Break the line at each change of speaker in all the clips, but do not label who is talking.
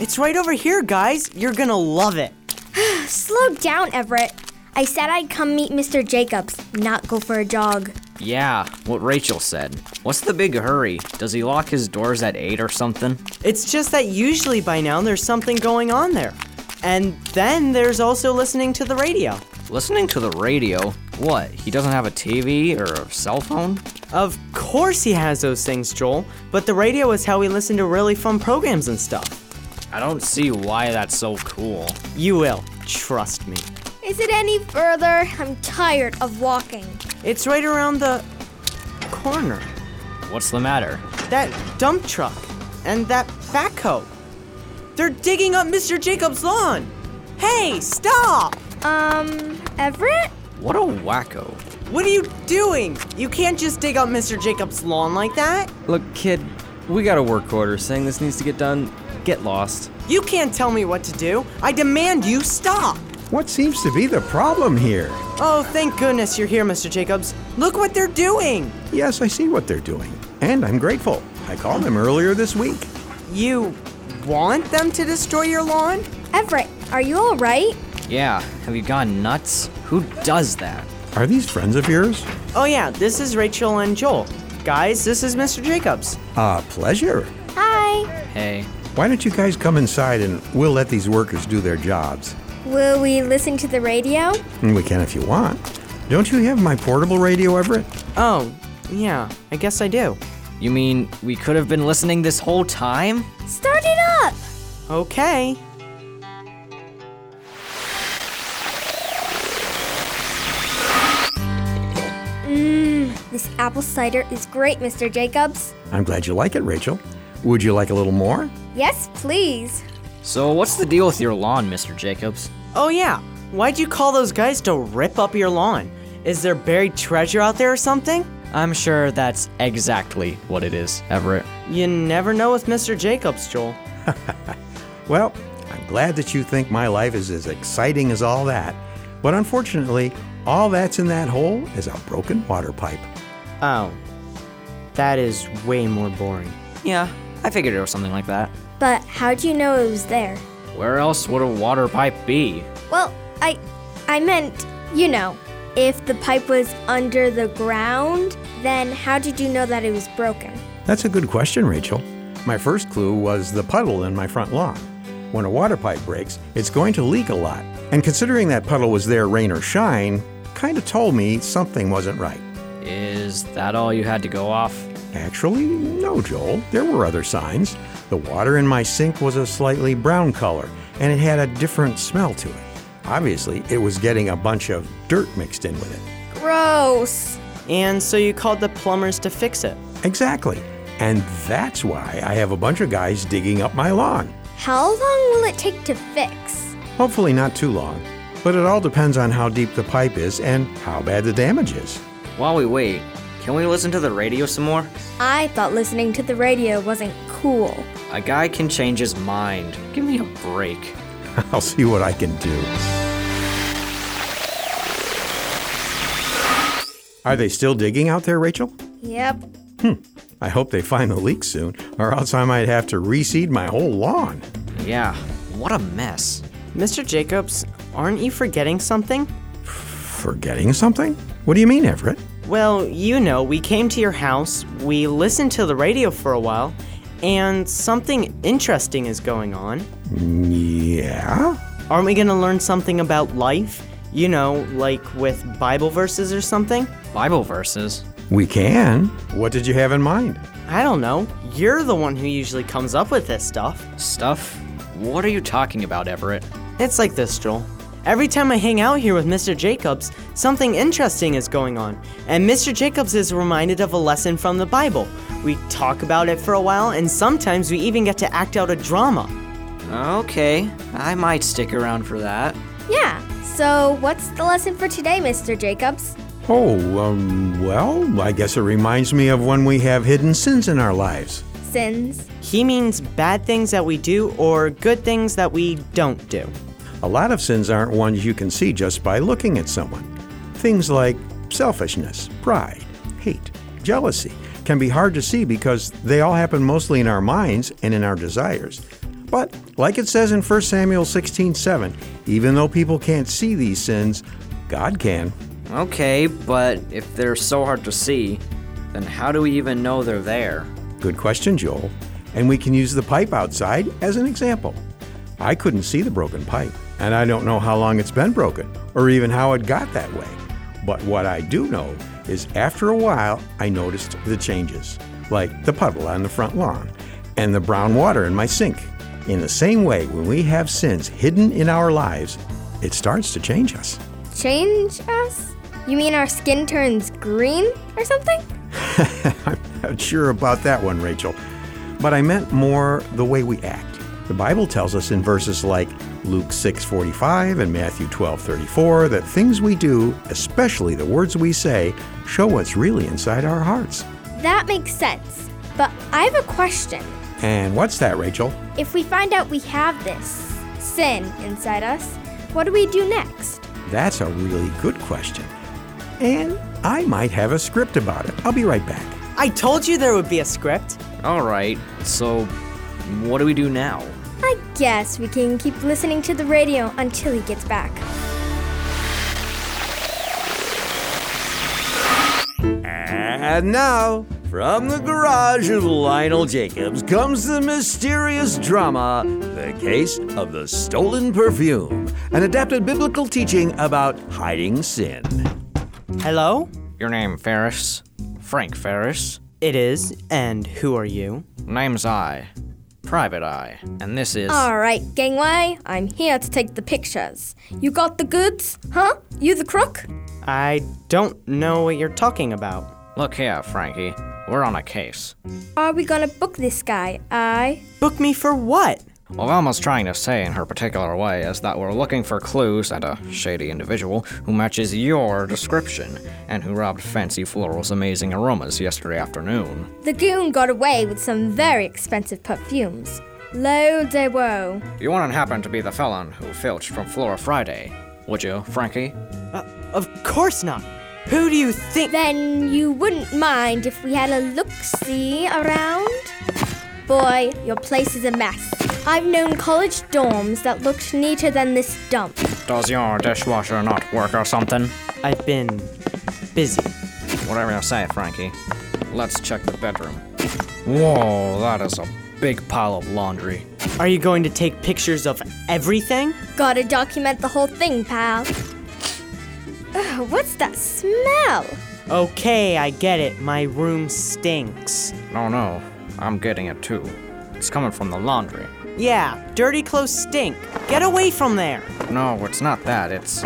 It's right over here, guys. You're gonna love it.
Slow down, Everett. I said I'd come meet Mr. Jacobs, not go for a jog.
Yeah, what Rachel said. What's the big hurry? Does he lock his doors at 8 or something?
It's just that usually by now there's something going on there. And then there's also listening to the radio.
Listening to the radio? What, he doesn't have a TV or a cell phone?
Of course he has those things, Joel, but the radio is how we listen to really fun programs and stuff.
I don't see why that's so cool.
You will, trust me.
Is it any further? I'm tired of walking.
It's right around the corner.
What's the matter?
That dump truck and that backhoe. They're digging up Mr. Jacob's lawn. Hey, stop!
Um, Everett?
What a wacko.
What are you doing? You can't just dig up Mr. Jacob's lawn like that.
Look, kid, we got a work order saying this needs to get done. Get lost.
You can't tell me what to do. I demand you stop.
What seems to be the problem here?
Oh, thank goodness you're here, Mr. Jacobs. Look what they're doing.
Yes, I see what they're doing, and I'm grateful. I called them earlier this week.
You want them to destroy your lawn?
Everett, are you alright?
Yeah, have you gone nuts? Who does that?
Are these friends of yours?
Oh, yeah, this is Rachel and Joel. Guys, this is Mr. Jacobs.
Ah, pleasure.
Hi.
Hey,
Why don't you guys come inside and we'll let these workers do their jobs?
Will we listen to the radio?
And we can if you want. Don't you have my portable radio, Everett?
Oh, yeah, I guess I do.
you mean we could have been listening this whole time?
Start it up!
Okay.
This apple cider is great, Mr. Jacobs.
I'm glad you like it, Rachel. Would you like a little more?
Yes, please.
So, what's the deal with your lawn, Mr. Jacobs?
Oh, yeah, why'd you call those guys to rip up your lawn? Is there buried treasure out there or something?
I'm sure that's exactly what it is, Everett.
You never know with Mr. Jacobs, Joel.
Well, I'm glad that you think my life is as exciting as all that. But unfortunately, all that's in that hole is a broken water pipe.
Oh, that is way more boring.
Yeah, I figured it was something like that.
But how'd you know it was there?
Where else would a water pipe be?
Well, I I meant, you know, if the pipe was under the ground, then how did you know that it was broken?
That's a good question, Rachel. My first clue was the puddle in my front lawn. When a water pipe breaks, it's going to leak a lot. And considering that puddle was there rain or shine, kind of told me something wasn't right.
Is that all you had to go off?
Actually, no, Joel. There were other signs. The water in my sink was a slightly brown color, and it had a different smell to it. Obviously, it was getting a bunch of dirt mixed in with it.
Gross.
And so you called the plumbers to fix it.
Exactly. And that's why I have a bunch of guys digging up my lawn.
How long will it take to fix?
Hopefully, not too long. But it all depends on how deep the pipe is and how bad the damage is.
While we wait, can we listen to the radio some more?
I thought listening to the radio wasn't cool.
A guy can change his mind. Give me a break.
I'll see what I can do. Are they still digging out there, Rachel?
Yep.
I hope they find the leak soon, or else I might have to reseed my whole lawn.
Yeah, what a mess.
Mr. Jacobs, aren't you forgetting something?
Forgetting something? What do you mean, Everett?
Well, you know, we came to your house, we listened to the radio for a while, and something interesting is going on.
Yeah?
Aren't we gonna learn something about life? You know, like with Bible verses or something?
Bible verses.
We can. What did you have in mind?
I don't know. You're the one who usually comes up with this stuff.
Stuff? What are you talking about, Everett?
It's like this, Joel. Every time I hang out here with Mr. Jacobs, something interesting is going on. And Mr. Jacobs is reminded of a lesson from the Bible. We talk about it for a while, and sometimes we even get to act out a drama.
Okay, I might stick around for that.
Yeah. So, what's the lesson for today, Mr. Jacobs?
Oh, um, well, I guess it reminds me of when we have hidden sins in our lives.
Sins.
He means bad things that we do or good things that we don't do.
A lot of sins aren't ones you can see just by looking at someone. Things like selfishness, pride, hate, jealousy can be hard to see because they all happen mostly in our minds and in our desires. But, like it says in 1 Samuel 16 7, even though people can't see these sins, God can.
Okay, but if they're so hard to see, then how do we even know they're there?
Good question, Joel. And we can use the pipe outside as an example. I couldn't see the broken pipe, and I don't know how long it's been broken or even how it got that way. But what I do know is after a while, I noticed the changes, like the puddle on the front lawn and the brown water in my sink. In the same way, when we have sins hidden in our lives, it starts to change us.
Change us? You mean our skin turns green or something?
I'm not sure about that one, Rachel. But I meant more the way we act. The Bible tells us in verses like Luke 6:45 and Matthew 12:34 that things we do, especially the words we say, show what's really inside our hearts.
That makes sense. But I have a question.
And what's that, Rachel?
If we find out we have this sin inside us, what do we do next?
That's a really good question. And I might have a script about it. I'll be right back.
I told you there would be a script.
Alright, so what do we do now?
I guess we can keep listening to the radio until he gets back.
And now, from the garage of Lionel Jacobs comes the mysterious drama, The Case of the Stolen Perfume, an adapted biblical teaching about hiding sin.
Hello?
Your name, Ferris? Frank Ferris?
It is. And who are you?
Name's I. Private Eye. And this is.
All right, gangway, I'm here to take the pictures. You got the goods? Huh? You the crook?
I don't know what you're talking about.
Look here, Frankie. We're on a case.
Are we gonna book this guy? I.
Book me for what?
What Velma's trying to say in her particular way is that we're looking for clues and a shady individual who matches your description and who robbed Fancy Floral's amazing aromas yesterday afternoon.
The goon got away with some very expensive perfumes. Lo de woe.
You wouldn't happen to be the felon who filched from Flora Friday, would you, Frankie?
Uh, of course not. Who do you think?
Then you wouldn't mind if we had a look see around? Boy, your place is a mess. I've known college dorms that looked neater than this dump.
Does your dishwasher not work or something?
I've been busy.
Whatever you say, Frankie. Let's check the bedroom. Whoa, that is a big pile of laundry.
Are you going to take pictures of everything?
Gotta document the whole thing, pal. Ugh, what's that smell?
Okay, I get it. My room stinks.
No, no, I'm getting it too. It's coming from the laundry.
Yeah, dirty clothes stink. Get away from there.
No, it's not that. It's.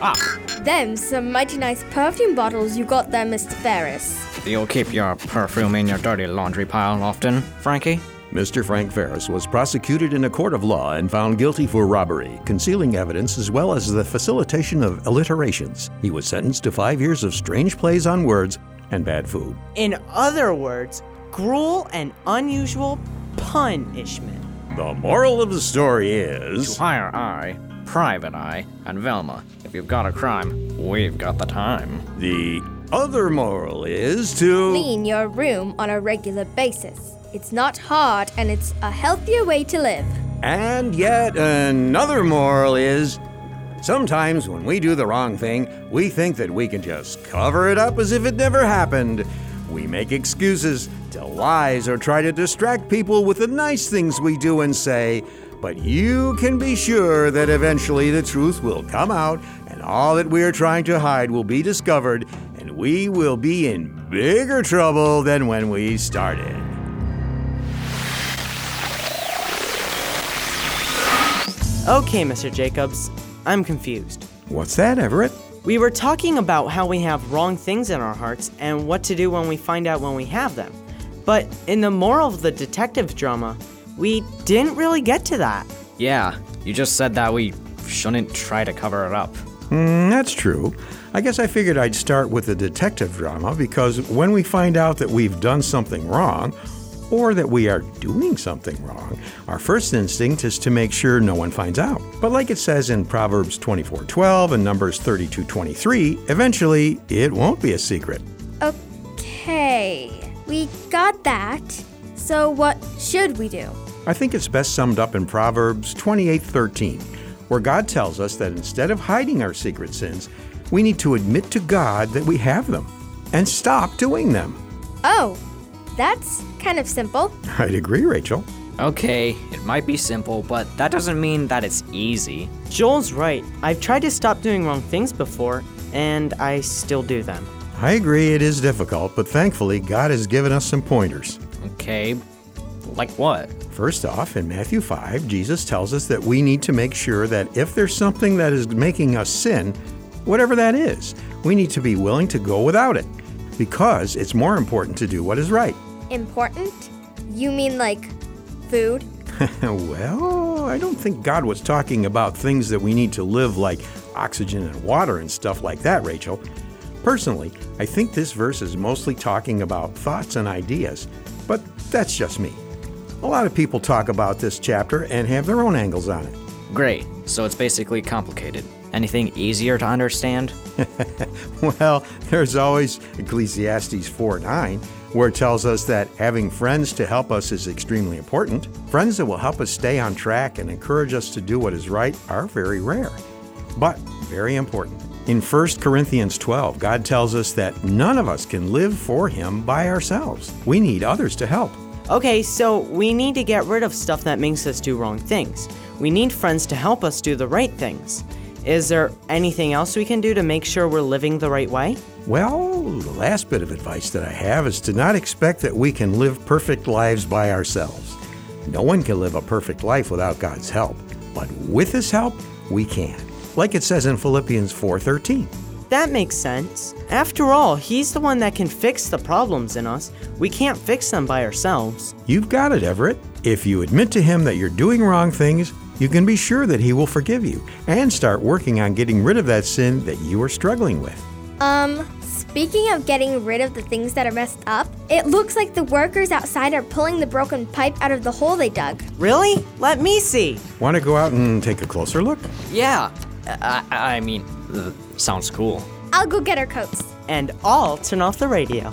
Ah!
Them some mighty nice perfume bottles you got there, Mr. Ferris.
You'll keep your perfume in your dirty laundry pile often, Frankie?
Mr. Frank Ferris was prosecuted in a court of law and found guilty for robbery, concealing evidence, as well as the facilitation of alliterations. He was sentenced to five years of strange plays on words and bad food.
In other words, gruel and unusual punishment.
The moral of the story is
Hire Eye, Private Eye, and Velma. If you've got a crime, we've got the time.
the other moral is to.
Clean your room on a regular basis. It's not hard and it's a healthier way to live.
And yet another moral is sometimes when we do the wrong thing, we think that we can just cover it up as if it never happened. We make excuses, tell lies, or try to distract people with the nice things we do and say. But you can be sure that eventually the truth will come out, and all that we are trying to hide will be discovered, and we will be in bigger trouble than when we started.
Okay, Mr. Jacobs, I'm confused.
What's that, Everett?
We were talking about how we have wrong things in our hearts and what to do when we find out when we have them. But in the moral of the detective drama, we didn't really get to that.
Yeah, you just said that we shouldn't try to cover it up.
That's true. I guess I figured I'd start with the detective drama because when we find out that we've done something wrong, or that we are doing something wrong, our first instinct is to make sure no one finds out. But like it says in Proverbs 24:12 and Numbers 32:23, eventually it won't be a secret.
Okay, we got that. So, what should we do?
I think it's best summed up in Proverbs 28:13, where God tells us that instead of hiding our secret sins, we need to admit to God that we have them and stop doing them.
Oh, that's kind of simple.
I'd agree, Rachel.
Okay, it might be simple, but that doesn't mean that it's easy.
Joel's right. I've tried to stop doing wrong things before, and I still do them.
I agree it is difficult, but thankfully God has given us some pointers.
Okay, like what?
First off, in Matthew 5, Jesus tells us that we need to make sure that if there's something that is making us sin, whatever that is, we need to be willing to go without it because it's more important to do what is right.
Important? You mean like food?
well, I don't think God was talking about things that we need to live like oxygen and water and stuff like that, Rachel. Personally, I think this verse is mostly talking about thoughts and ideas, but that's just me. A lot of people talk about this chapter and have their own angles on it.
Great, so it's basically complicated. Anything easier to understand?
Well, there's always Ecclesiastes 4 9, where it tells us that having friends to help us is extremely important. Friends that will help us stay on track and encourage us to do what is right are very rare, but very important. In 1 Corinthians 12, God tells us that none of us can live for Him by ourselves. We need others to help.
Okay, so we need to get rid of stuff that makes us do wrong things. We need friends to help us do the right things. Is there anything else we can do to make sure we're living the right way?
Well, the last bit of advice that I have is to not expect that we can live perfect lives by ourselves. No one can live a perfect life without God's help, but with his help, we can. Like it says in Philippians 4:13.
That makes sense. After all, he's the one that can fix the problems in us. We can't fix them by ourselves.
You've got it, Everett. If you admit to him that you're doing wrong things, you can be sure that he will forgive you and start working on getting rid of that sin that you are struggling with.
Um, speaking of getting rid of the things that are messed up, it looks like the workers outside are pulling the broken pipe out of the hole they dug.
Really? Let me see.
Want to go out and take a closer look?
Yeah, I, I mean, th- sounds cool.
I'll go get our coats.
And I'll turn off the radio.